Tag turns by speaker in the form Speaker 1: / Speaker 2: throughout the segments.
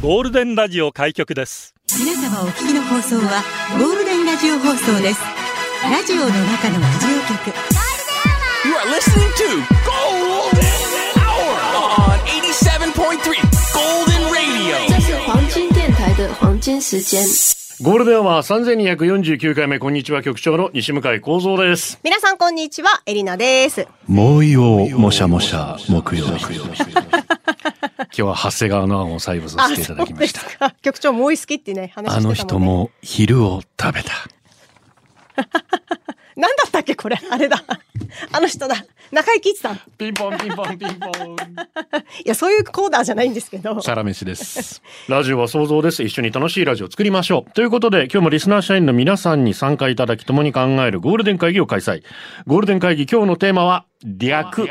Speaker 1: ゴールデンラジオ開局です
Speaker 2: 皆様お聞きの放送はゴールデンラジオ放送ですラジオの中のラジオ局
Speaker 3: You are listening to Golden Hour on 87.3 Golden Radio.
Speaker 4: 这是黄金电台的黄金时间。
Speaker 5: ゴールデンは三千二百四十九回目こんにちは局長の西向井光三です。
Speaker 6: 皆さんこんにちは、エリナです。
Speaker 7: 猛威をもしゃもしゃ木曜日。
Speaker 5: 今日は長谷川の案を採用させていただきました。
Speaker 6: た。局長もうい好きってね、
Speaker 5: あ
Speaker 6: 話してたもん、
Speaker 5: の
Speaker 6: ね、
Speaker 5: 人。も昼を食べた。
Speaker 6: なんだったっけこれ、あれだ。 あの人だ。中井貴一さん。い
Speaker 5: ピンポンピンポンピン ポン。
Speaker 6: や、そういうコーダーじゃないんですけど。
Speaker 5: サラメシです。ラジオは想像です。一緒に楽しいラジオを作りましょう。ということで、今日もリスナー社員の皆さんに参加いただき、共に考えるゴールデン会議を開催。ゴールデン会議、今日のテーマは、略。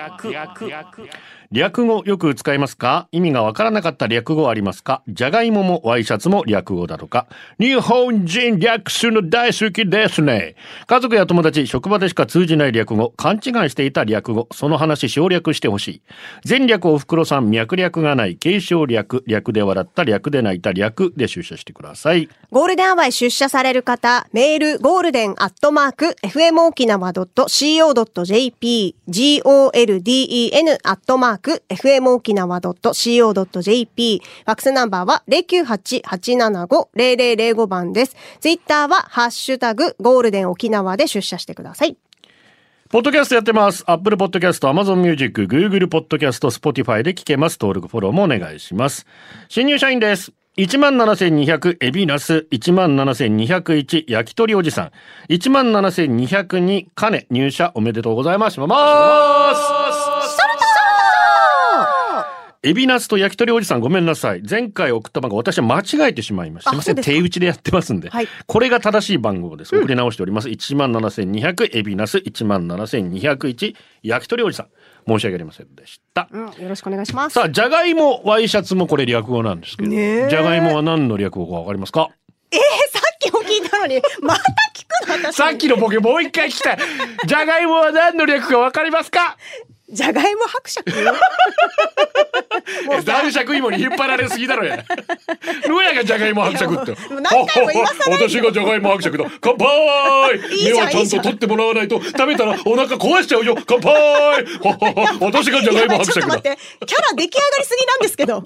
Speaker 5: 略語よく使いますか意味がわからなかった略語ありますかじゃがいももワイシャツも略語だとか。日本人略するの大好きですね。家族や友達、職場でしか通じない略語、勘違いしていた略語、その話省略してほしい。全略おふくろさん、脈略がない、継承略、略で笑った、略で泣いた、略で出社してください。
Speaker 6: ゴールデンアワーへ出社される方、メール、ゴールデンアットマーク、fmokinawa.co.jp、golden アットマーク、fmokinawa.co.jp、ファックスナンバーは098-875-0005番です。ツイッターは、ハッシュタグ、ゴールデン沖縄で出社してください。
Speaker 5: ポッドキャストやってます。Apple Podcast、Amazon Music、Google Podcast、Spotify で聞けます。登録、フォローもお願いします。新入社員です。17,200エビナス、17,201焼き鳥おじさん、17,202カネ入社おめでとうございます。まますエビナスと焼き鳥おじさんごめんなさい。前回送った番号私は間違えてしまいました。す
Speaker 6: あ
Speaker 5: いません。
Speaker 6: そうですか
Speaker 5: 手打ちでやってますんで。
Speaker 6: はい
Speaker 5: これが正しい番号です。送り直しております。17,200エビナス、17,201焼き鳥おじさん。申し訳ありませんでした。
Speaker 6: うん、よろしくお願いします。
Speaker 5: さあ、じゃがいも、ワイシャツもこれ略語なんですけど。
Speaker 6: ねえ
Speaker 5: じゃがいもは何の略語かわかりますか
Speaker 6: さっきも聞いたのに、また聞くの私
Speaker 5: さっきのボケもう一回聞きた い。じゃがいもは何の略かわかりますか
Speaker 6: じゃがいも 伯爵もうさ
Speaker 5: 男爵芋に引っ張られすぎだろ や。のやがじゃがいも伯爵って
Speaker 6: いやもうもう。何回も言わさないで
Speaker 5: 私がじゃがいも伯爵だ。乾杯。
Speaker 6: いい
Speaker 5: 目
Speaker 6: じゃん
Speaker 5: はちゃ
Speaker 6: いい
Speaker 5: ん
Speaker 6: じ
Speaker 5: と
Speaker 6: ゃん
Speaker 5: 取ってもらわないと食べたらお腹壊しちゃうよ。乾 杯。ほほほ私がじゃがいも
Speaker 6: やば
Speaker 5: 伯
Speaker 6: ちょっ
Speaker 5: 爵
Speaker 6: と待
Speaker 5: だ。
Speaker 6: ってキャラ出来上がりすぎなんですけど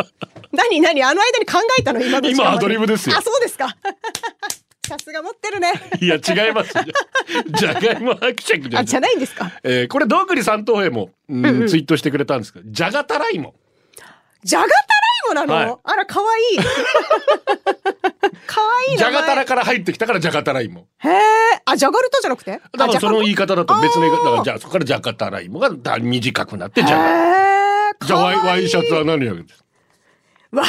Speaker 6: 何何あの間に考えたの今の時間ま
Speaker 5: 今アドリブですよ
Speaker 6: あそうですか さすが持ってるね
Speaker 5: いや違いますよ。じゃがいも伯爵じゃ
Speaker 6: あ
Speaker 5: ん
Speaker 6: じゃないんですか
Speaker 5: えーこれどんぐり三等兵も、うんツイートしてくれたんですけど、じゃがたらいも。
Speaker 6: じゃがたらいもなの、
Speaker 5: はい
Speaker 6: あら 可愛い可愛い
Speaker 5: じ
Speaker 6: 名
Speaker 5: ゃ
Speaker 6: 前
Speaker 5: がたらから入ってきたからじゃがたらいも。
Speaker 6: へえあじゃがるとじゃなく
Speaker 5: だ
Speaker 6: て
Speaker 5: からその言い方だと別の言い方だから、
Speaker 6: あ
Speaker 5: じゃあそこからじゃがたらいもがだ短くなってじ
Speaker 6: じ
Speaker 5: ゃが。
Speaker 6: へえ
Speaker 5: じゃあワイワイシャツ
Speaker 6: は
Speaker 5: は何やるんですか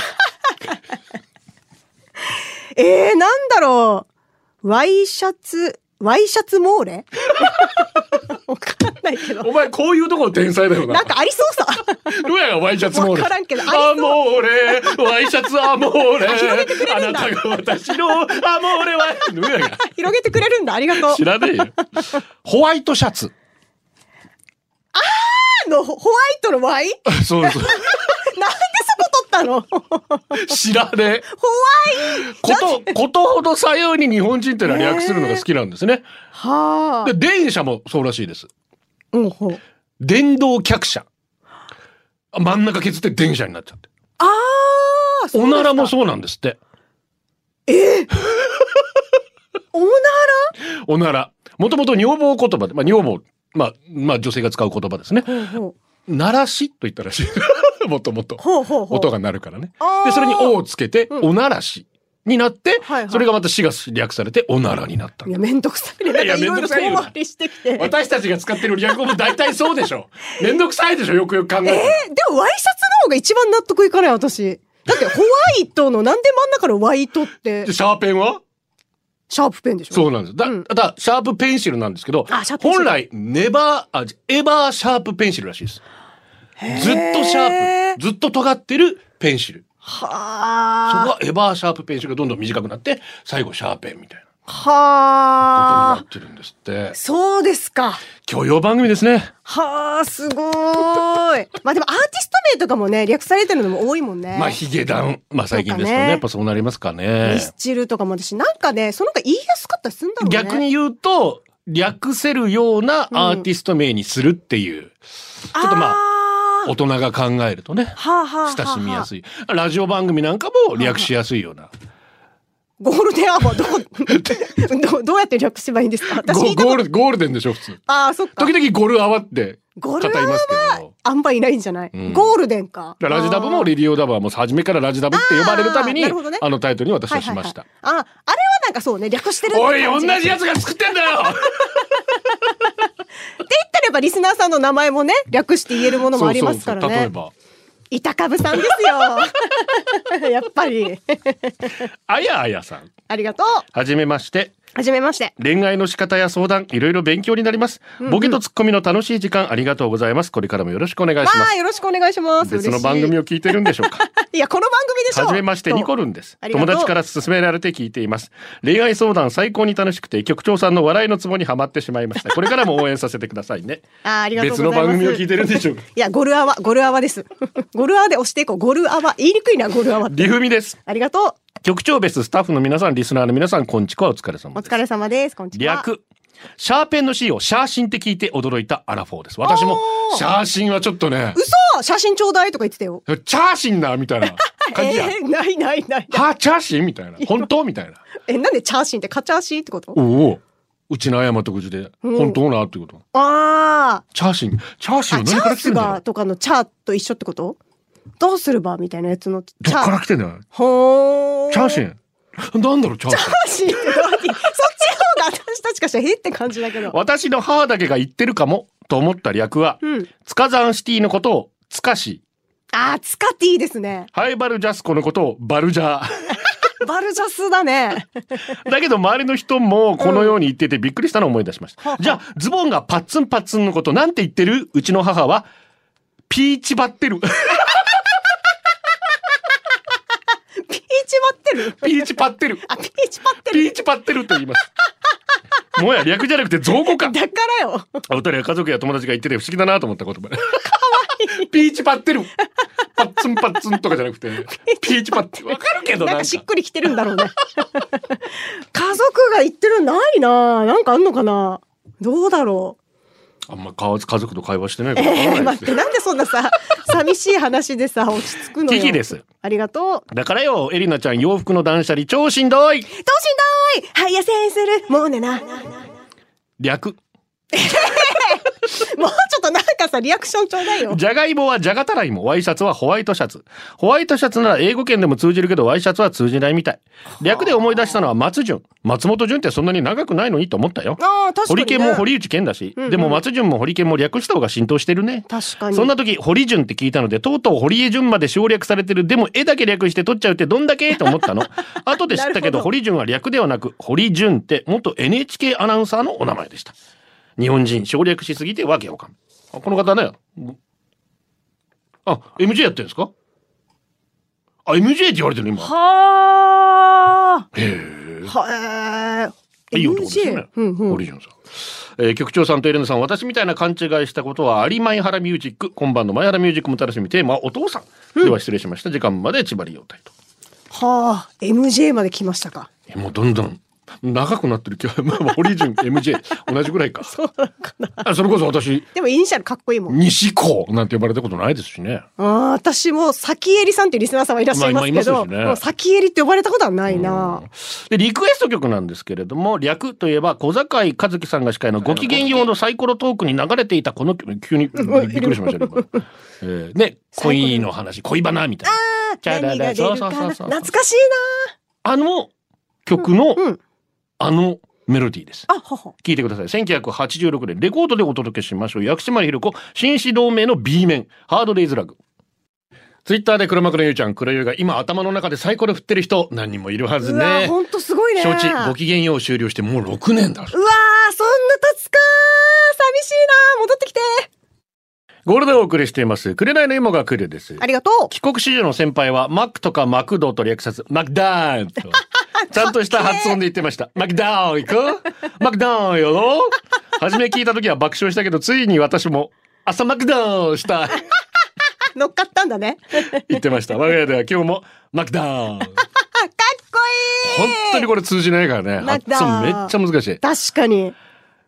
Speaker 6: えー、なんだろうワイシャツワイシャツモーレ わかんないけど
Speaker 5: お前こういうところ天才だよな。
Speaker 6: なんかありそうさ。
Speaker 5: ロヤがワイシャツモーレ。
Speaker 6: わからんけどありそう
Speaker 5: アモーレ、ワイシャツアモーレ。
Speaker 6: 広げてくれるん
Speaker 5: あな
Speaker 6: だ
Speaker 5: たが私のアモーレは。ロヤが
Speaker 6: 広げてくれるんだ。ありがとう。
Speaker 5: 知らねえよ。ホワイトシャツ。
Speaker 6: あのホホワイトのワイなんで
Speaker 5: そうそう。
Speaker 6: そこ取ったの ホワ
Speaker 5: 知ら ねえ。
Speaker 6: イ
Speaker 5: こと、ことほど左右に日本人ってのは略するのが好きなんですね。
Speaker 6: はあ
Speaker 5: で、。電車もそうらしいです。
Speaker 6: うんほう。
Speaker 5: 電動客車。あ真ん中削って電車になっちゃって。
Speaker 6: ああ。そう
Speaker 5: おならも
Speaker 6: う。
Speaker 5: そうなんですって。
Speaker 6: おな
Speaker 5: おなら。もともと女房言葉で、まあ女房、まあ、まあ女性が使う言葉ですね。
Speaker 6: ら。ほう
Speaker 5: 鳴らしと言ったらしい。 もともと。
Speaker 6: ほうほうほう。
Speaker 5: 音が鳴るからね。
Speaker 6: あー。
Speaker 5: で、それに「お」をつけて、
Speaker 6: うん
Speaker 5: おならしになって、
Speaker 6: はいはい
Speaker 5: それがまた「し」が略されて、おならになった
Speaker 6: い。やめんどくさいね。なん
Speaker 5: い
Speaker 6: か
Speaker 5: や
Speaker 6: いろ
Speaker 5: めん
Speaker 6: い
Speaker 5: ど
Speaker 6: ろ
Speaker 5: くさいよ
Speaker 6: 遠回りしてきて。えー、で
Speaker 5: 私たちが使ってる略語も大体そうでし ょ。めんどくさいでしょ、よくよく考えて。
Speaker 6: もワイシャツの方が一番納得いかない私。だってホワイトのなんで真ん中のワイトって
Speaker 5: で、シャーペンは
Speaker 6: シャープペンでしょ。
Speaker 5: そうなんです。だ、
Speaker 6: うん
Speaker 5: だからシャープペンシルなんですけど
Speaker 6: あシャー、プペンシ
Speaker 5: 本
Speaker 6: ル
Speaker 5: 来、ネバー、あ、エバーシャープペンシルらしいです。ずっとシャープ、ずっと尖ってるペンシル。
Speaker 6: は
Speaker 5: そこ
Speaker 6: あ。
Speaker 5: がエバーシャープペンシルがどんどん短くなって、最後シャーペンみたいな。な
Speaker 6: はあ
Speaker 5: っ。てるんですって。
Speaker 6: そうですか。
Speaker 5: 教養番組ですね。
Speaker 6: はあ、すごーい。まあでもアーティスト名とかもね、略されてるのも多いもんね。
Speaker 5: まあ、ヒゲダン。まあ、最近ですと
Speaker 6: そうか
Speaker 5: ね、
Speaker 6: ね
Speaker 5: やっぱそうなりますかね
Speaker 6: ミ。スチルとかも私、なんかね、その方が言いやすかったりするんだろうね。
Speaker 5: 逆に言うと、略せるようなアーティスト名にするっていう、
Speaker 6: あー、
Speaker 5: ち
Speaker 6: ち
Speaker 5: ょっとまあ
Speaker 6: あ
Speaker 5: 大人が考えるとね、
Speaker 6: はあ、はあはあ、
Speaker 5: 親しみやすい。ラジオ番組なんかも略しやすいような。
Speaker 6: ゴールデンアワ ーどこどどうやって略せばいいんですか私聞
Speaker 5: ゴ
Speaker 6: い
Speaker 5: ゴ
Speaker 6: たこ
Speaker 5: ー
Speaker 6: と
Speaker 5: ル、ゴールデンでしょ、普通。
Speaker 6: ああそっか
Speaker 5: 時々ゴルアワって語
Speaker 6: ゴ
Speaker 5: り
Speaker 6: ルアワ
Speaker 5: ますけど。
Speaker 6: あんまいないんじゃない、
Speaker 5: うん
Speaker 6: ゴールデンか
Speaker 5: だからラジダブも
Speaker 6: リ
Speaker 5: レディオダブはもう初めからラジダブって呼ばれるためにあ,、
Speaker 6: あーなるほどね
Speaker 5: のタイトルに私はしました、
Speaker 6: ああれはなんかそうね略してる
Speaker 5: おい同じや
Speaker 6: つ
Speaker 5: つが作ってんだよ
Speaker 6: って言ったらやっぱリスナーさんの名前もね略して言えるものもありますからね
Speaker 5: 例えば
Speaker 6: 板株さんですよ やっぱり
Speaker 5: あやあやさん
Speaker 6: ありがとう
Speaker 5: はじめまして
Speaker 6: はじめまして
Speaker 5: 恋愛の仕方や相談いろいろ勉強になります、ボケとツッコミの楽しい時間ありがとうございますこれからもよろしくお願いしま
Speaker 6: わあ
Speaker 5: す
Speaker 6: よろしくお願いします
Speaker 5: 別の番組
Speaker 6: を
Speaker 5: を聞いてるんでしょうか
Speaker 6: いやこの番組でしょ
Speaker 5: はじめまして
Speaker 6: と
Speaker 5: ニコルンです
Speaker 6: ありがと
Speaker 5: 友
Speaker 6: う
Speaker 5: 達から勧められて聞いています恋愛相談最高に楽しくて局長さんの笑いのツボにはまってしまいましたこれからも応援させてくださいね
Speaker 6: あありがとうご
Speaker 5: 別
Speaker 6: ざい
Speaker 5: の
Speaker 6: ます
Speaker 5: 番組を聞いてるんでしょうか
Speaker 6: いや、ゴルアワ、ゴルアワです。 ゴルアワで押していこう。ゴルアワ。言いにくいな、ゴルアワって。
Speaker 5: リフミです
Speaker 6: ありがと
Speaker 5: 局長別スタッフの皆さんリスナーの皆さんこんちこはお疲れ様
Speaker 6: う。お
Speaker 5: です
Speaker 6: 疲れ様です。こんにちは。
Speaker 5: 略シャーペンの C をシャーシンって聞いて驚いたアラフォーです私も
Speaker 6: おー
Speaker 5: シャーシンはちょっとね
Speaker 6: 嘘写真ちょうだいとか言ってたよ。
Speaker 5: チャーシンだみたいな感じや、
Speaker 6: えー、ないないない。
Speaker 5: はあチャーシンみたいな本当みたいな
Speaker 6: え、なんでチャーシンってカチャーシンってこと
Speaker 5: おおうちの謝と口で
Speaker 6: うん
Speaker 5: 本当なってこと
Speaker 6: あ
Speaker 5: チャーシンチャーシ
Speaker 6: ー
Speaker 5: ン
Speaker 6: あ。
Speaker 5: は
Speaker 6: チ
Speaker 5: 何
Speaker 6: ャ
Speaker 5: から来
Speaker 6: ー
Speaker 5: て
Speaker 6: ス
Speaker 5: んだろ
Speaker 6: が
Speaker 5: う
Speaker 6: とかのチャーと一緒ってことどうするばみたいなやつのチ
Speaker 5: ど
Speaker 6: ャ
Speaker 5: っから
Speaker 6: ー。
Speaker 5: 来てんだよ
Speaker 6: ほーん。
Speaker 5: チャーシ
Speaker 6: チャー
Speaker 5: ンなんだろうチャーシン
Speaker 6: シンって何そっちの方が私たちからしたらへって感じだけど。
Speaker 5: 私の母だけが言ってるかもと思った略は
Speaker 6: うん。
Speaker 5: ツカザンシティのことをツカシ
Speaker 6: あー、ツカティですね。
Speaker 5: ハイバルジャスコのことをバルジャー
Speaker 6: バルジャスだね。
Speaker 5: だけど周りの人もこのように言っててびっくりしたのを思い出しました。じゃあズボンがパッツンパッツンのことなんて言ってるうちの母はピーチバってる。
Speaker 6: ピーチバってる
Speaker 5: ピーチパってる。
Speaker 6: あ、ピーチパってる。
Speaker 5: ピーチパってると言います。もや略じゃなくて造語か。
Speaker 6: だからよ。
Speaker 5: お二人は家族や友達が言ってて不思議だなと思った言葉。かわいい。ピーチパってる。パッツンパッツンとかじゃなくてピーチパってる。わかるけどな
Speaker 6: な
Speaker 5: んんか
Speaker 6: かしっくりきてるんだろうね。 家族が言ってるのないな。なんかあんのかな。どうだろう。
Speaker 5: あんま家族と会話してないからわ
Speaker 6: え
Speaker 5: か
Speaker 6: ー、
Speaker 5: らない
Speaker 6: 待
Speaker 5: です
Speaker 6: って、
Speaker 5: よ。
Speaker 6: なんでそんなさ、寂しい話でさ、落ち着くのよ。
Speaker 5: キキです。
Speaker 6: ありがとう。
Speaker 5: だからよ、エリナちゃん洋服の断捨離超しんどい。
Speaker 6: どうしんどい。はい、やせんする。もうねな。もうちょ
Speaker 5: 略。
Speaker 6: っとなんかさ、リアクションちょうだいよ。
Speaker 5: じゃがいもはじゃがたらいも、ワイシャツはホワイトシャツ。ホワイトシャツなら英語圏でも通じるけど、ワイシャツは通じないみたい。略で思い出したのは松潤。松本潤ってそんなに長くないのにと思ったよ。
Speaker 6: ああ、確かに、
Speaker 5: 堀
Speaker 6: ね。
Speaker 5: 健も堀内健だし、
Speaker 6: んうん
Speaker 5: でも松潤も堀健も略した方が浸透してるね。
Speaker 6: 確かに。
Speaker 5: そんな時、堀潤って聞いたので、とうとう堀江潤まで省略されてる。でも、絵だけ略して取っちゃうってどんだけと思 ったの。後で知ったけ
Speaker 6: なるほ
Speaker 5: ど、
Speaker 6: ど
Speaker 5: 堀潤は略ではなく、堀潤って元 NHK アナウンサーのお名前でした。日本人省略しすぎてわけわかんない。あこの方ね。あ、MJ やってるんですかあ、MJ って言われてる今。
Speaker 6: はあ。
Speaker 5: へえ。
Speaker 6: はえ。
Speaker 5: いい男ですよね
Speaker 6: MJ。うんうん。
Speaker 5: 堀潤さん。えー局長さんとエレナさん、私みたいな勘違いしたことはありまいはらミュージック。今晩の前原ミュージックも楽しみ。テーマはお父さん。では失礼しました。時間まで千葉りようと。
Speaker 6: はあ。MJ まで来ましたか。
Speaker 5: えもうどんどん長くなってる気 が。まあまあ、堀潤、MJ、同じぐらいか。そうそれこそ私、
Speaker 6: でもイニシャルかっこいいもん。
Speaker 5: 西高なんて呼ばれたことないですしね。
Speaker 6: ああ私も先襟さんっていうリスナーさんはいらっしゃいますけ
Speaker 5: まあ
Speaker 6: ど、
Speaker 5: 今いますしね
Speaker 6: もう先襟って呼ばれたことはないな。
Speaker 5: で、リクエスト曲なんですけれども、略といえば、小坂井和樹さんが司会のご機嫌用のサイコロトークに流れていたこの 曲、急にびっくりしましたね。今えーね、恋の話、恋バナみたいな。チャラ
Speaker 6: 何
Speaker 5: ラ
Speaker 6: が出
Speaker 5: そう
Speaker 6: る
Speaker 5: そ
Speaker 6: か
Speaker 5: うそうそう
Speaker 6: な。懐かしい
Speaker 5: あの曲の、
Speaker 6: うんうん
Speaker 5: あのメロディーです。
Speaker 6: な。あ、ほほ。
Speaker 5: 聞いてください。1986年、レコードでお届けしましょう。薬師丸ひろ子、紳士同盟の B 面、ハードデイズラグ。ツイッターで黒幕のゆうちゃん、黒ゆうが今頭の中でサイコロ振ってる人、何人もいるはず
Speaker 6: うわあ、
Speaker 5: ね。
Speaker 6: ほんとすごいね。
Speaker 5: 承知、ご機嫌よう終了してもう6年だぞ。
Speaker 6: うわあ、そんな経つか寂しいな戻ってきて
Speaker 5: ゴールデンをお送りしています。紅の芋が来るです
Speaker 6: あ。りがとう
Speaker 5: 帰国子女の先輩は、マックとかマクドと略さず、マクダーンと。ちゃんとした発音で言ってました。マクダウン行くマクダウンよろ初め聞いた時は爆笑したけど、ついに私も朝マクダウンしたい
Speaker 6: 乗っかったんだね。かっ
Speaker 5: 言ってました。我が家では今日もマクダウン。
Speaker 6: こい
Speaker 5: 本
Speaker 6: い
Speaker 5: 当にこれ通じないからね。
Speaker 6: マ
Speaker 5: 発
Speaker 6: クダウン
Speaker 5: 音めっちゃ難しい。
Speaker 6: 確かに。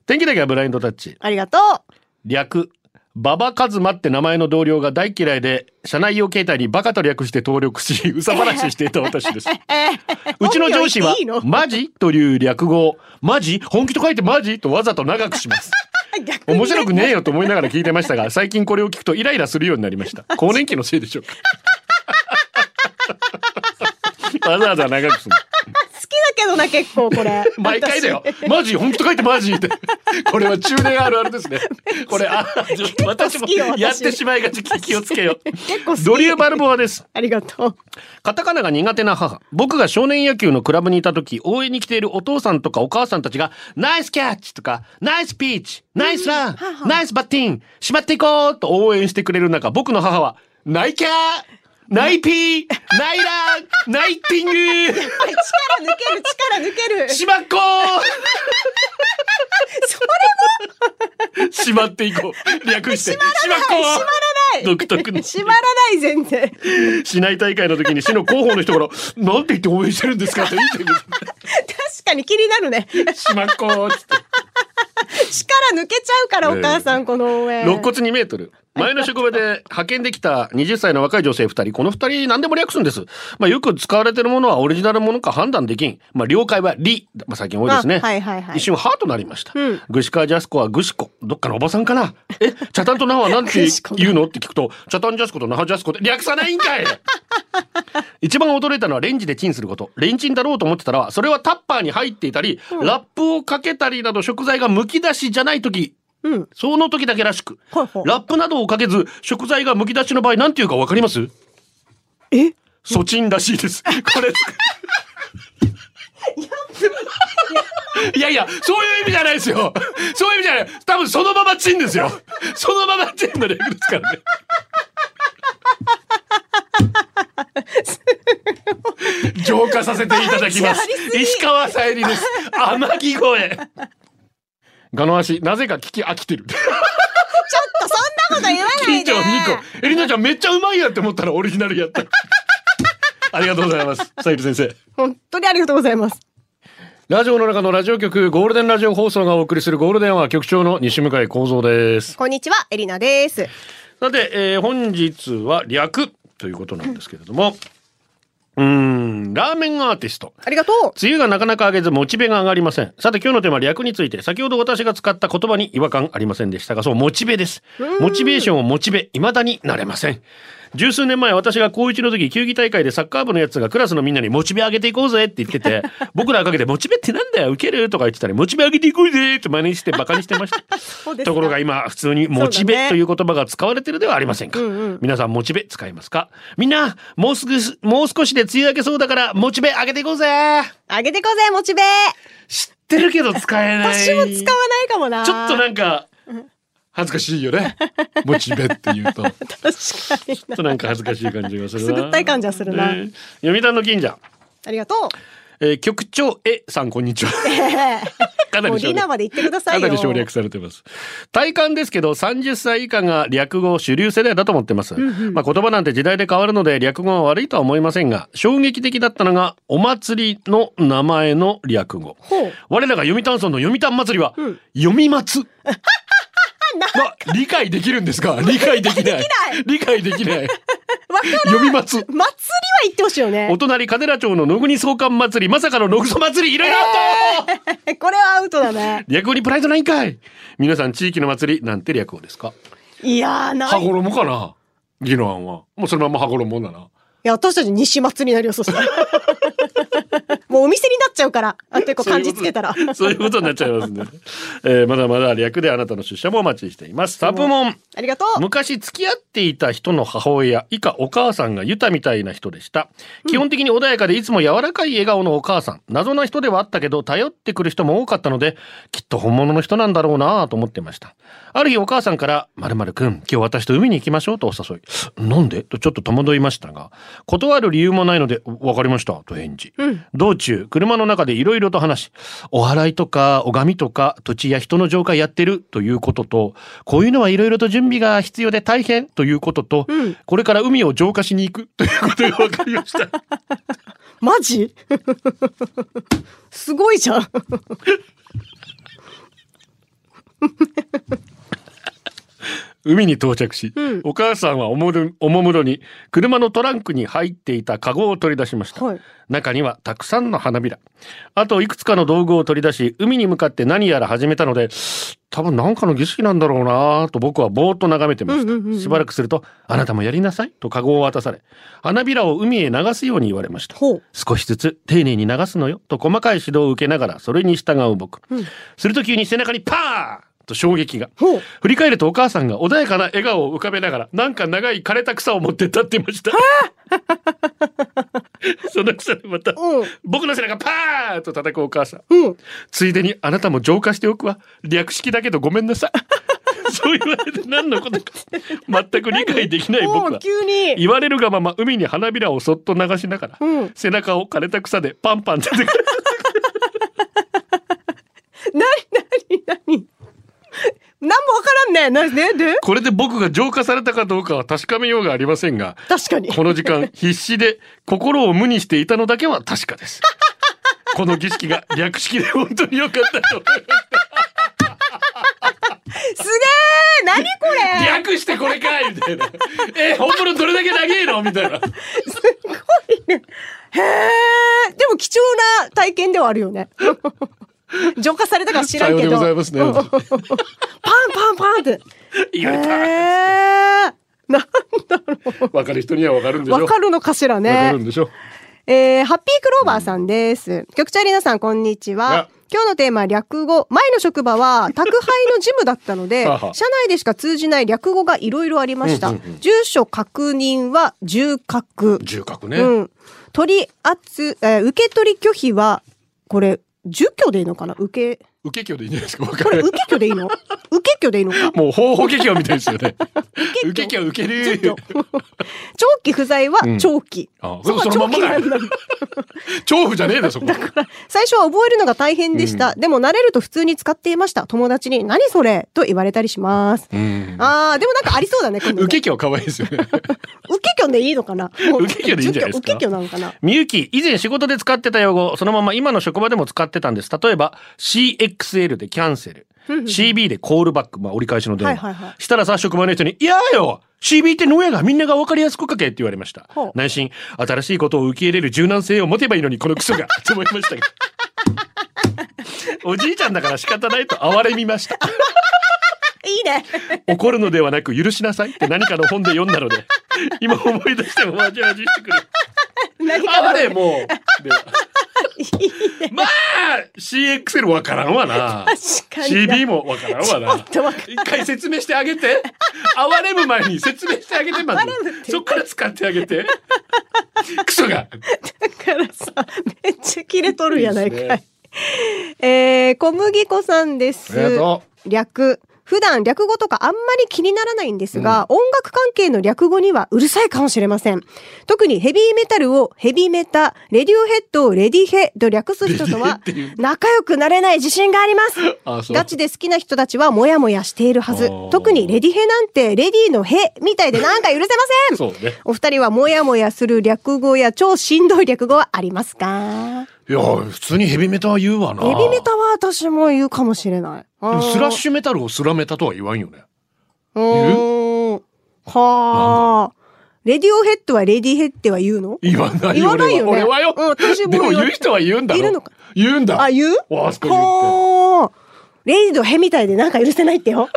Speaker 5: 天気だけはブラインドタッチ。
Speaker 6: ありがと
Speaker 5: 略。ババカズマって名前の同僚が大嫌いで、社内用携帯にバカと略して登録 し、うさばらししていた私です。
Speaker 6: う。えー
Speaker 5: うちの上司は
Speaker 6: 本名言っていいの、
Speaker 5: マジという略語を、マジ本気と書いてマジとわざと長くし ます。
Speaker 6: 逆に
Speaker 5: 面白くねえよと思いながら聞いてましたが、最近これを聞くとイライラするようになりました。更年期のせいでしょうか。わざわざ長くする。。
Speaker 6: 好きだけどな、結構これ
Speaker 5: 毎回だ よ。マジ本気と書いてマジって。これは中年あるある ですね。これ、あ、ちょっと私も
Speaker 6: 好きよ私
Speaker 5: やってしまいがち気をつけよう。
Speaker 6: 私。結構好き。
Speaker 5: ドリューバルボアです。
Speaker 6: ありがと う。
Speaker 5: カタカナが苦手な母。僕が少年野球のクラブにいた時、応援に来ているお父さんとかお母さんたちが、ナイスキャッチとか、ナイスピーチ、ナイスラン、ナイスバッティング、しまっていこうと応援してくれる中、僕の母は、ナイキャーナイピーナイランナイティング
Speaker 6: 力抜ける、力抜ける。
Speaker 5: しまっこそれもしまっていこう略してしまっこ
Speaker 6: 閉まらない。
Speaker 5: 独特の
Speaker 6: 閉まらない、全然。
Speaker 5: 市内大会の時に市の広報の人から「なんて言って応援してるんですか?」って言って
Speaker 6: 確かに気になるね。
Speaker 5: しまっこーっつって
Speaker 6: 力抜けちゃうから、お
Speaker 5: ええ
Speaker 6: 母さん、この応援。
Speaker 5: 肋骨2メートル。前の職場で派遣できた20歳の若い女性2人、この2人何でも略すんです。まあよく使われてるものはオリジナルものか判断できん。まあ了解はリ、まあ最近多いですね。
Speaker 6: あはいはいはい
Speaker 5: 一瞬ハーとなりました。
Speaker 6: うん
Speaker 5: グシカジャスコはグシコ。どっかのおばさんか なえ、チャタンとナハはなんて
Speaker 6: グシコ
Speaker 5: 言うのって聞くと、チャタンジャスコとナハジャスコって略さないんかい一番驚いたのはレンジでチンすること。レンチンだろうと思ってたら、それはタッパーに入っていたり、ラップをかけたりなど食材がむき出しじゃない時、
Speaker 6: うん。
Speaker 5: その時だけらしく、
Speaker 6: ほ
Speaker 5: ラ
Speaker 6: うほう
Speaker 5: ップなどをかけず、食材がむき出しの場合、なんていうかわかります
Speaker 6: え
Speaker 5: ソチンらしいです。これ。いやいや、そういう意味じゃないですよ。そういう意味じゃない。多分そのままチンですよ。そのままチンの略ですからね。浄化させていただき ます。石川さゆりです。天城越え。ガの足、なぜか聞き飽きてる。
Speaker 6: ちょっとそんなこと言わな
Speaker 5: 金
Speaker 6: い
Speaker 5: ち
Speaker 6: で。
Speaker 5: ゃん2個。エリナちゃんめっちゃうまいやって思ったらオリジナルやった。 ありがとうございます。さゆり先生。
Speaker 6: 本当にありがとうございます。
Speaker 5: ラジオの中のラジオ局、ゴールデンラジオ放送がお送りするゴールデンは局長の西向井幸三です。
Speaker 6: こんにちは、エリナです。
Speaker 5: さて、えー本日は略ということなんですけれども、うーん、ラーメンアーティスト。
Speaker 6: ありがと
Speaker 5: 梅雨がなかなか上げずモチベが上がりません。さて今日のテーマ略について、先ほど私が使った言葉に違和感ありませんでしたが、そう、モチベです。モチベーションをモチベ、未だになれません。十数年前私が高一の時、球技大会でサッカー部のやつがクラスのみんなにモチベ上げていこうぜって言って て、僕らがかけてモチベってなんだよ、ウケるとか言ってたり、モチベ上げていこうぜって真似してバカにしてました。
Speaker 6: うですか
Speaker 5: ところが今普通にモチ
Speaker 6: そうだ
Speaker 5: ベ
Speaker 6: ね
Speaker 5: という言葉が使われてるではありませんか、皆さんモチベ使いますかみんなもうすぐすもう少しで梅雨明けそうだからモチベ上げていこうぜ
Speaker 6: う。あげてこうぜ、モチベ。
Speaker 5: 知ってるけど使えない
Speaker 6: 私も使わないかもな。
Speaker 5: ちょっとなんか恥ずかしいよ ねモチベって言うとちょっ
Speaker 6: 確かにな
Speaker 5: となんか恥ずかしい感じがするな
Speaker 6: くすぐったい感じはするな
Speaker 5: ね読谷の近所、
Speaker 6: ありがと
Speaker 5: えー局長えさんこんにちはか
Speaker 6: う。
Speaker 5: な
Speaker 6: もう
Speaker 5: り省
Speaker 6: リ
Speaker 5: 略
Speaker 6: ナまで言ってくださ
Speaker 5: か
Speaker 6: いよ。
Speaker 5: なり省略されてます体感ですけど30歳以下が略語主流世代だと思ってます、まあ、言葉なんて時代で変わるので略語は悪いとは思いませんが衝撃的だったのがお祭りの名前の略語
Speaker 6: ほう。
Speaker 5: 我らが読谷村の読谷祭りは、
Speaker 6: ん
Speaker 5: 読み 松な理解できるんですか 理解できない理解でき ない
Speaker 6: わかる。
Speaker 5: 読み松
Speaker 6: 祭りは言ってほしいよね
Speaker 5: お。隣嘉手納町の野国総監祭りまさかの野草祭りいろいろあったよ、
Speaker 6: これはアウトだね。
Speaker 5: 略語にプライドないんかい皆さん地域の祭りなんて略語ですか
Speaker 6: いやー、な
Speaker 5: 羽
Speaker 6: い。い
Speaker 5: 衣かなギノアンは。もうそのまま羽衣だ な。
Speaker 6: や、私たち西松になりよ、そしたら。もうお店になっちゃうから。あ、結構漢字つけたら。
Speaker 5: そういうことになっちゃいますね。えーまだまだ略であなたの出社もお待ちしています。サブモン。
Speaker 6: ありがとう。
Speaker 5: 昔付き合っていた人の母親以下お母さんがユタみたいな人でした基本的に穏やかでいつも柔らかい笑顔のお母さん謎な人ではあったけど頼ってくる人も多かったのできっと本物の人なんだろうなぁと思ってましたある日お母さんから「まるくん今日私と海に行きましょう」とお誘い「なんで?」とちょっと戸惑いましたが断る理由もないので「わかりました」と返事ち、
Speaker 6: うん
Speaker 5: 道中車の中でいろいろと話しお祓いとか拝みとか土地や人の浄化やってるということとこういうのはいろいろと準備が必要で大変ということと、
Speaker 6: うん
Speaker 5: これから海を浄化しに行くということが分かりま した。
Speaker 6: マジ すごいじゃん。
Speaker 5: 海に到着し、
Speaker 6: うん
Speaker 5: お母さんはおもるおもむろに車のトランクに入っていたカゴを取り出しました、
Speaker 6: はい
Speaker 5: 中にはたくさんの花びらあといくつかの道具を取り出し海に向かって何やら始めたので多分なんかの儀式なんだろうなぁと僕はぼーっと眺めてました、
Speaker 6: うんうんうんうん
Speaker 5: しばらくすると「あなたもやりなさい」とカゴを渡され花びらを海へ流すように言われました
Speaker 6: ほう。
Speaker 5: 少しずつ丁寧に流すのよと細かい指導を受けながらそれに従う僕、
Speaker 6: うん
Speaker 5: すると急に背中にパーンと衝撃が
Speaker 6: ほう。
Speaker 5: 振り返るとお母さんが穏やかな笑顔を浮かべながらなんか長い枯れた草を持って立っていました その草でまた
Speaker 6: うん。
Speaker 5: 僕の背中パーンと叩くお母さん
Speaker 6: うん。
Speaker 5: ついでにあなたも浄化しておくわ略式だけどごめん なさいそう言われて何のことか全く理解できない僕
Speaker 6: お
Speaker 5: は
Speaker 6: う急に。
Speaker 5: 言われるがまま海に花びらをそっと流しながら、
Speaker 6: うん
Speaker 5: 背中を枯れた草でパンパン出てくる
Speaker 6: なになになに。なんもわからんね。なねで。
Speaker 5: これで僕が浄化されたかどうかは確かめようがありませんが
Speaker 6: 確かに。
Speaker 5: この時間必死で心を無にしていたのだけは確か です。この儀式が略式で本当に良かったと。
Speaker 6: すげえ。なにこ れ。
Speaker 5: 略してこれかいみたいな。え、本物どれだけ長えのみたいな。
Speaker 6: すごいね。へえ。でも貴重な体験ではあるよ ね。浄化されたかは知らんけど。
Speaker 5: さようでございますね
Speaker 6: うんパンパンパンって。
Speaker 5: 言
Speaker 6: へ
Speaker 5: われた。
Speaker 6: え。なんだろ
Speaker 5: わかる人にはわかるんで
Speaker 6: う。
Speaker 5: しょ。
Speaker 6: わかるのかしらね。
Speaker 5: わかるんでしょ。
Speaker 6: えーハッピークローバーさんです。局長エリナさん、こんにちは
Speaker 5: あ。
Speaker 6: 今日のテーマ、略語。前の職場は、宅配の事務だったの で、
Speaker 5: はあ
Speaker 6: 社
Speaker 5: はあ
Speaker 6: 内でしか通じない略語がいろいろありました。
Speaker 5: うんうんうん
Speaker 6: 住所確認は、住確。
Speaker 5: 重覚ね。
Speaker 6: うん。取り圧、えー受け取り拒否は、これ、住居でいいのかな受け、
Speaker 5: 受け許でいいんじゃないですか。わか
Speaker 6: これ、
Speaker 5: る。
Speaker 6: 受け居でいいの受け居でいいのか
Speaker 5: もう方法劇場みたいですよね。
Speaker 6: 受
Speaker 5: 受け許受け
Speaker 6: ちょっ
Speaker 5: る
Speaker 6: と。 長期不在は長期。
Speaker 5: あ、
Speaker 6: そこは
Speaker 5: そのまんまだ
Speaker 6: 長期なんだ。
Speaker 5: 調 布じゃねえだそこ。
Speaker 6: 最初は覚えるのが大変でした。でも慣れると普通に使っていました。友達に、何それと言われたりします。
Speaker 5: うん。
Speaker 6: あー、でもなんかありそうだね、今度ね。
Speaker 5: 受け許可愛いですよね。
Speaker 6: 受けきょんでいいのかなもう
Speaker 5: 受けきょんでいいんじゃないですか
Speaker 6: 受けきょんなのかな
Speaker 5: みゆき、以前仕事で使ってた用語、そのまま今の職場でも使ってたんです。例えば、CXL でキャンセル、CB でコールバック、まあ折り返しの電話。
Speaker 6: はいはいはい
Speaker 5: したらさ、職場の人に、いやーよ !CB ってのやがみんなが分かりやすく書けって言われました
Speaker 6: ほう。
Speaker 5: 内心、新しいことを受け入れる柔軟性を持てばいいのに、このク ソが、と思いましたが。おじいちゃんだから仕方ないと哀れみました。
Speaker 6: い いね。
Speaker 5: 怒るのではなく許しなさいって何かの本で読んだので、今思い出してもわじわじしてくる。
Speaker 6: 何か
Speaker 5: あ
Speaker 6: の
Speaker 5: れもう。でまあ CXL わからんわな。
Speaker 6: 確かにな。
Speaker 5: CB もわからんわな
Speaker 6: ちょっとわか。
Speaker 5: 一回説明してあげて。哀れむ前に説明してあげてまず
Speaker 6: 哀れむっ。て
Speaker 5: そっから使ってあげて。クソが。
Speaker 6: だからさ、めっちゃ切れとるやないかい。
Speaker 5: いいです
Speaker 6: えー、小麦粉さんです。
Speaker 5: ありがと
Speaker 6: 略。普段略語とかあんまり気にならないんですが、音楽関係の略語にはうるさいかもしれません。特にヘビーメタルをヘビメタ、レディオヘッドをレディヘと略す人とは
Speaker 5: レディヘってい
Speaker 6: 仲良くなれない自信があります。
Speaker 5: あそう
Speaker 6: ガチで好きな人たちはモヤモヤしているは
Speaker 5: あ
Speaker 6: ず
Speaker 5: ー。
Speaker 6: 特にレディヘなんてレディのヘみたいでなんか許せません。
Speaker 5: そうね。
Speaker 6: お二人はもやもやする略語や超しんどい略語はありますか
Speaker 5: いや、普通にヘビメタは言うわな。
Speaker 6: ヘビメタは私も言うかもしれない。
Speaker 5: でもスラッ
Speaker 6: ュ
Speaker 5: シュメタルをスラメタとは言わんよね。
Speaker 6: 言うはあ。レディオヘッドはレディヘッドは言うの
Speaker 5: 言わない
Speaker 6: 言わないよね
Speaker 5: 俺は俺はよ。
Speaker 6: うん私も
Speaker 5: でも
Speaker 6: 言わ
Speaker 5: 言う人は言うんだろ。
Speaker 6: いるのか
Speaker 5: 言うんだ。
Speaker 6: あ、言う
Speaker 5: わあそこ言うって。
Speaker 6: はあ。レディドヘみたいでなんか許せないってよ。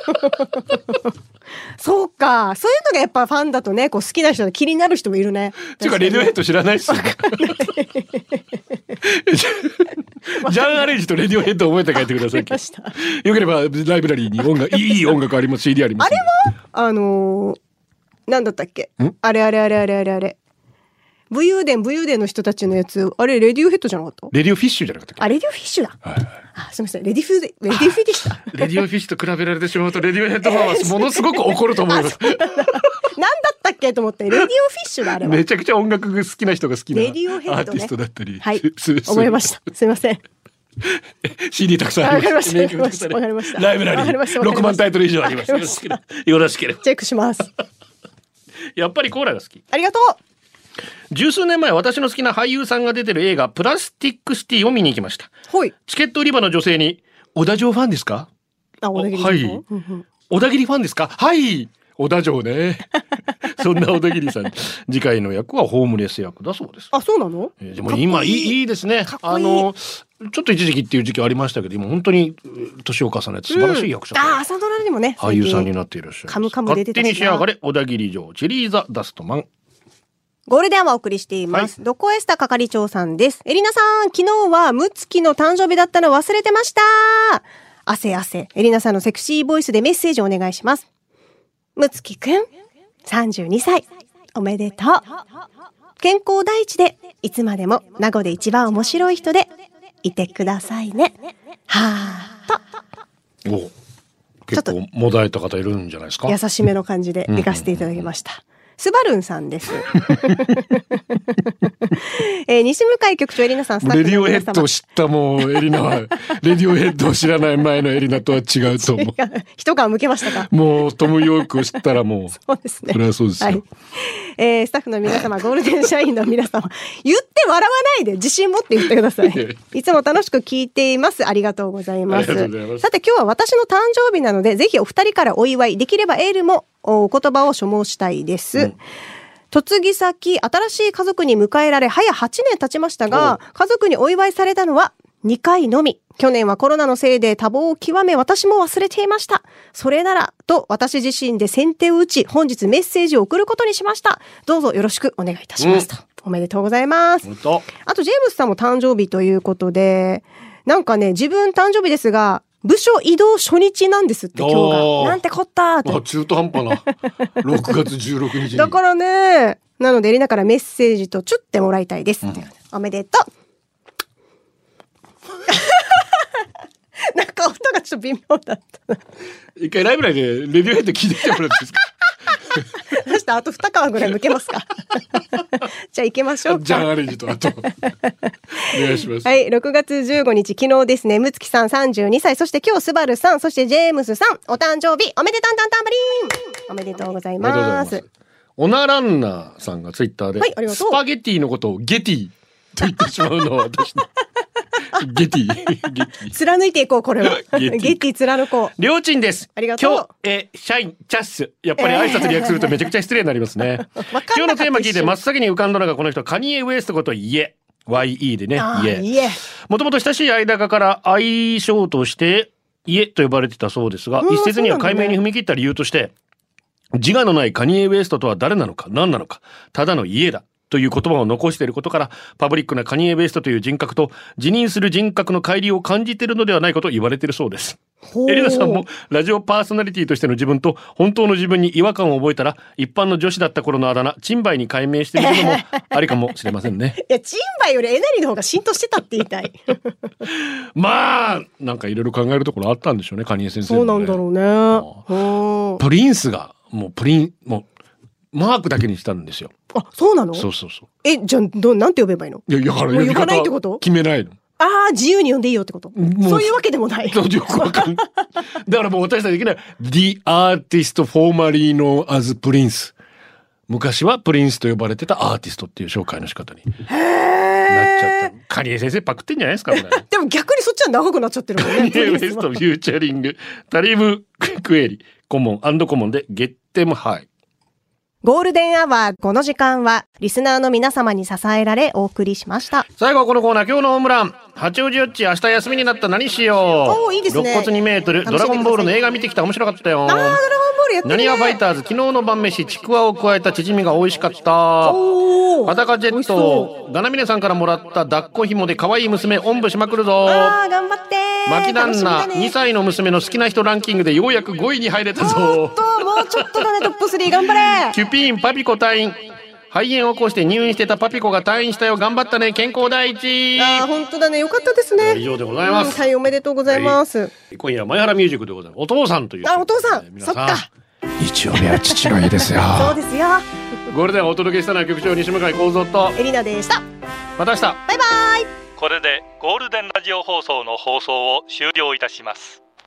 Speaker 6: そうか。そういうのがやっぱファンだとね、こう好きな人で気になる人もいるね。
Speaker 5: ていうか、レディオヘッド知らないっすよね。ジャン・アレイジとレディオヘッド覚えて帰ってください。
Speaker 6: ました。
Speaker 5: よければ、ライブラリーに音楽、いい音楽あります、CD ありますんで。
Speaker 6: あのー、なんだったっけ
Speaker 5: ん
Speaker 6: あれあれあれあれあれあれ。武勇伝、武勇伝の人たちのやつ、あれ、レディオヘッドじゃなかった
Speaker 5: レディオフィッシュじゃなかったっ
Speaker 6: あ、レディオフィッシュだ。
Speaker 5: けはいはい
Speaker 6: あ、すみません。レディフ、レディフィッシュだ。
Speaker 5: レディオフィッシュと比べられてしまうと、レディオヘッドファンはものすごく怒ると思います。
Speaker 6: なんだったっだっけと思って、レディオフィッシュだ、あれは。
Speaker 8: めちゃくちゃ音楽好きな人が好きなア
Speaker 6: レディオ
Speaker 8: ー
Speaker 6: ヘッドね
Speaker 8: ティストだったり、
Speaker 6: はい
Speaker 8: すす、
Speaker 6: 思いました。すいません。
Speaker 8: CD たくさんあ
Speaker 6: わか
Speaker 8: り
Speaker 6: り
Speaker 8: ま。
Speaker 6: ますした
Speaker 8: 名曲たくさんあり
Speaker 6: わかりました
Speaker 8: ライブラリ
Speaker 6: わかりました
Speaker 8: ー、六万タイトル以上あります。よろ
Speaker 6: わかりま
Speaker 8: し
Speaker 6: し
Speaker 8: ければ。よろしければ。
Speaker 6: チェックします。
Speaker 5: やっぱりコーラが好き。
Speaker 6: ありがと
Speaker 5: 十数年前、私の好きな俳優さんが出てる映画、プラスティックシティを見に行きました。
Speaker 6: う。ほい。
Speaker 5: チケット売り場の女性に、
Speaker 8: 小田城ファンですか？
Speaker 6: あ、小田切さん
Speaker 5: はい
Speaker 6: うんうん
Speaker 8: 小田切ファンですか？はい。小田城ね。
Speaker 5: そんな小田切さん、次回の役はホームレス役だそうです。
Speaker 6: あ、そうなの
Speaker 5: えーでも今
Speaker 6: かっこ
Speaker 5: いいいいですね
Speaker 6: かっこ
Speaker 5: あ
Speaker 6: いい
Speaker 5: のちょっと一時期っていう時期ありましたけど今本当にえー年を重ねて素晴らしい役者
Speaker 6: うん
Speaker 5: さん
Speaker 6: あー、朝ドラでもね。
Speaker 5: 俳優さんに
Speaker 6: 最近
Speaker 5: なっていらっしゃいます
Speaker 6: カムカム出てたしな
Speaker 5: 勝手に仕上がれ小田切城チェリーザ・ダストマン
Speaker 6: ゴールデンはお送りしています。どこエスタ係長さんです。エリナさん、昨日はムツキの誕生日だったの忘れてました。汗汗。エリナさんのセクシーボイスでメッセージお願いします。ムツキくん、32歳。おめでとう。健康第一で、いつまでも名護で一番面白い人で、いてくださいね。はー
Speaker 5: お
Speaker 6: ょ
Speaker 5: 結
Speaker 6: っと
Speaker 5: 構もだえた方いるんじゃないですか
Speaker 6: と、優しめの感じで行かせていただきました。スバルンさんです。 えー西向井局長エリナさん、スタッ
Speaker 8: レ
Speaker 6: フ
Speaker 8: デ
Speaker 6: の
Speaker 8: ィオヘ
Speaker 6: 皆様
Speaker 8: ッドを知ったもうエリナ は、レディオヘッドを知らない前のエリナとは違うと思
Speaker 6: いや 一皮向けましたか
Speaker 8: う。。もうトム・ヨークを知ったらもう、
Speaker 6: そうですね。
Speaker 8: それはそうですよ
Speaker 6: はいえースタッフの皆様、ゴールデン社員の皆様、言って笑わないで、自信持って言ってください。いつも楽しく聞いています。ありがとうございます。
Speaker 8: ありがとうございます
Speaker 6: さて、今日は私の誕生日なので、ぜひお二人からお祝い、できればエールもおお言葉を所望したいです。嫁ぎ先、新しい家族に迎えられ、早8年経ちましたが、家族にお祝いされたのは2回のみ。去年はコロナのせいで多忙を極め、私も忘れていました。それなら、と私自身で先手を打ち、本日メッセージを送ることにしました。どうぞよろしくお願いいたします。とおめでとうございます。
Speaker 5: と
Speaker 6: あと、ジェームスさんも誕生日ということで、なんかね、自分誕生日ですが、部署移動初日なんですって、今日
Speaker 5: おー
Speaker 6: が。なんてこったーと
Speaker 8: あ。中途半端 な6月16日に
Speaker 6: だからね、なので、エリナからメッセージとチュってもらいたいです。おめでとう。 なんか音がちょっと微妙だったな。
Speaker 8: 一回ライブラリでレディオヘッド聞いてきてもらっていい ですか
Speaker 6: そしてあと二皮ぐらい向けますか。 じゃあ行きましょうか。
Speaker 8: ジャン・アレジとあ とお願いします、
Speaker 6: はい、6月15日、昨日ですね、むつきさん32歳、そして今日、スバルさん、そしてジェームスさん、お誕生日、おめでたんたんたんばりーんおめでとうござい
Speaker 5: ありがとうござい
Speaker 6: ま。
Speaker 5: ますすオナランナーさんがツイッターで、
Speaker 6: はいありがと
Speaker 5: ス
Speaker 6: う
Speaker 5: パゲティのことをゲティと言ってしまうのは私 の
Speaker 8: ゲティゲティ
Speaker 6: 貫いていこう、これは。
Speaker 8: ゲ
Speaker 6: ゲ
Speaker 8: ティ
Speaker 6: ッティ貫こう。
Speaker 5: りょうちんです
Speaker 6: ありがとう
Speaker 5: 今日えー、シャインチャッスやっぱり挨拶リアクするとめちゃくちゃ失礼になります ね
Speaker 6: わか
Speaker 5: 今
Speaker 6: ん
Speaker 5: 日
Speaker 6: なか
Speaker 5: の
Speaker 6: った
Speaker 5: テーマ聞い
Speaker 6: 一
Speaker 5: て
Speaker 6: 瞬
Speaker 5: 真っ先に浮かんだのがこの人カニエ・ウエストことイエ YE でね
Speaker 6: あ
Speaker 5: イ
Speaker 6: ー
Speaker 5: エ
Speaker 6: いえ。
Speaker 5: もともと親しい間から愛称として家と呼ばれてたそうですが
Speaker 6: うわ
Speaker 5: 一説には
Speaker 6: そうな
Speaker 5: 解
Speaker 6: んだね
Speaker 5: 明に踏み切った理由として自我のないカニエ・ウエストとは誰なのか何なのかただの家だという言葉を残していることからパブリックなカニエ・ウエストという人格と辞任する人格の乖離を感じているのではないかと言われているそうです
Speaker 6: ほう
Speaker 5: エリナさんもラジオパーソナリティとしての自分と本当の自分に違和感を覚えたら一般の女子だった頃のあだ名チンバイに改名してみるのも ありかもしれませんね
Speaker 6: いや、チンバイよりえなりの方が浸透してたって言いたい。
Speaker 5: まあなんかいろいろ考えるところあったんでしょうねカニエ先生
Speaker 6: そう
Speaker 5: もね
Speaker 6: なんだろうね。うん
Speaker 5: プリンスがもうプリンもうマークだけにしたんですよ。
Speaker 6: あ、そうなの
Speaker 5: そうそうそ
Speaker 6: え、じゃあ、ど、なんて呼べばいいの
Speaker 8: いやいやだから
Speaker 6: もう
Speaker 8: 呼び
Speaker 6: 呼ばないってこ
Speaker 8: 方
Speaker 6: と
Speaker 8: 決めないの
Speaker 6: ああ、自由に呼んでいいよってこと
Speaker 5: もう
Speaker 6: そういうわけでもない。
Speaker 8: そうよくわかんないだからもう私たちできない The Artist Formerly Known as Prince 昔はプリンスと呼ばれてたアーティストっていう紹介の仕方になっちゃった
Speaker 5: カニエ先生パクってんじゃないですか これ。
Speaker 6: でも逆にそっちは長くなっちゃってるも んね。
Speaker 5: ニエウエストフューチャリングタリブクエリコモンアンドコモンでゲッテムハイ。
Speaker 6: ゴールデンアワー、この時間は、リスナーの皆様に支えられお送りしました。
Speaker 5: 最後はこのコーナー今日のホームラン八王子よっち明日休みになった何しよう。
Speaker 6: おーいいですね
Speaker 5: 肋骨2メートルドラゴンボールの映画見てきた面白かったよ
Speaker 6: あ。あ、ドラゴンボールやってる、ね。
Speaker 5: 何はファイターズ昨日の晩飯ちくわを加えたチヂミが美味しかった。
Speaker 6: おー
Speaker 5: 裸ジェ
Speaker 6: 美味
Speaker 5: ッ
Speaker 6: しそ
Speaker 5: ト、ダナミネさんからもらった抱っこ紐で可愛い娘、おんぶしまくる
Speaker 6: う
Speaker 5: ぞ。
Speaker 6: ああ、頑張ってー。
Speaker 5: マキダンナ、
Speaker 6: 楽しみだね
Speaker 5: 2歳の娘の好きな人ランキングでようやく5位に入れたぞ。
Speaker 6: と、もうちょっとだね、トップ3頑張れ
Speaker 5: キュピーン、パピコ退院。肺炎を起こして入院してたパピコが退院したよ。頑張ったね。健康第一。
Speaker 6: ああ、本当だね。よかったですね。
Speaker 5: 以上でございます
Speaker 6: うんはい、おめでとうございます。
Speaker 5: 今夜は前原ミュージックでございます。お父さんという。
Speaker 6: あ、お父さん、
Speaker 5: 皆
Speaker 6: そっか。
Speaker 7: 日曜日は父の日ですよ。
Speaker 6: そうですよ。
Speaker 5: ゴールデンをお届けしたのは局長西向井幸三と
Speaker 6: エリナでした。
Speaker 5: また明日
Speaker 6: バイバイ。
Speaker 1: これでゴールデンラジオ放送の放送を終了いたします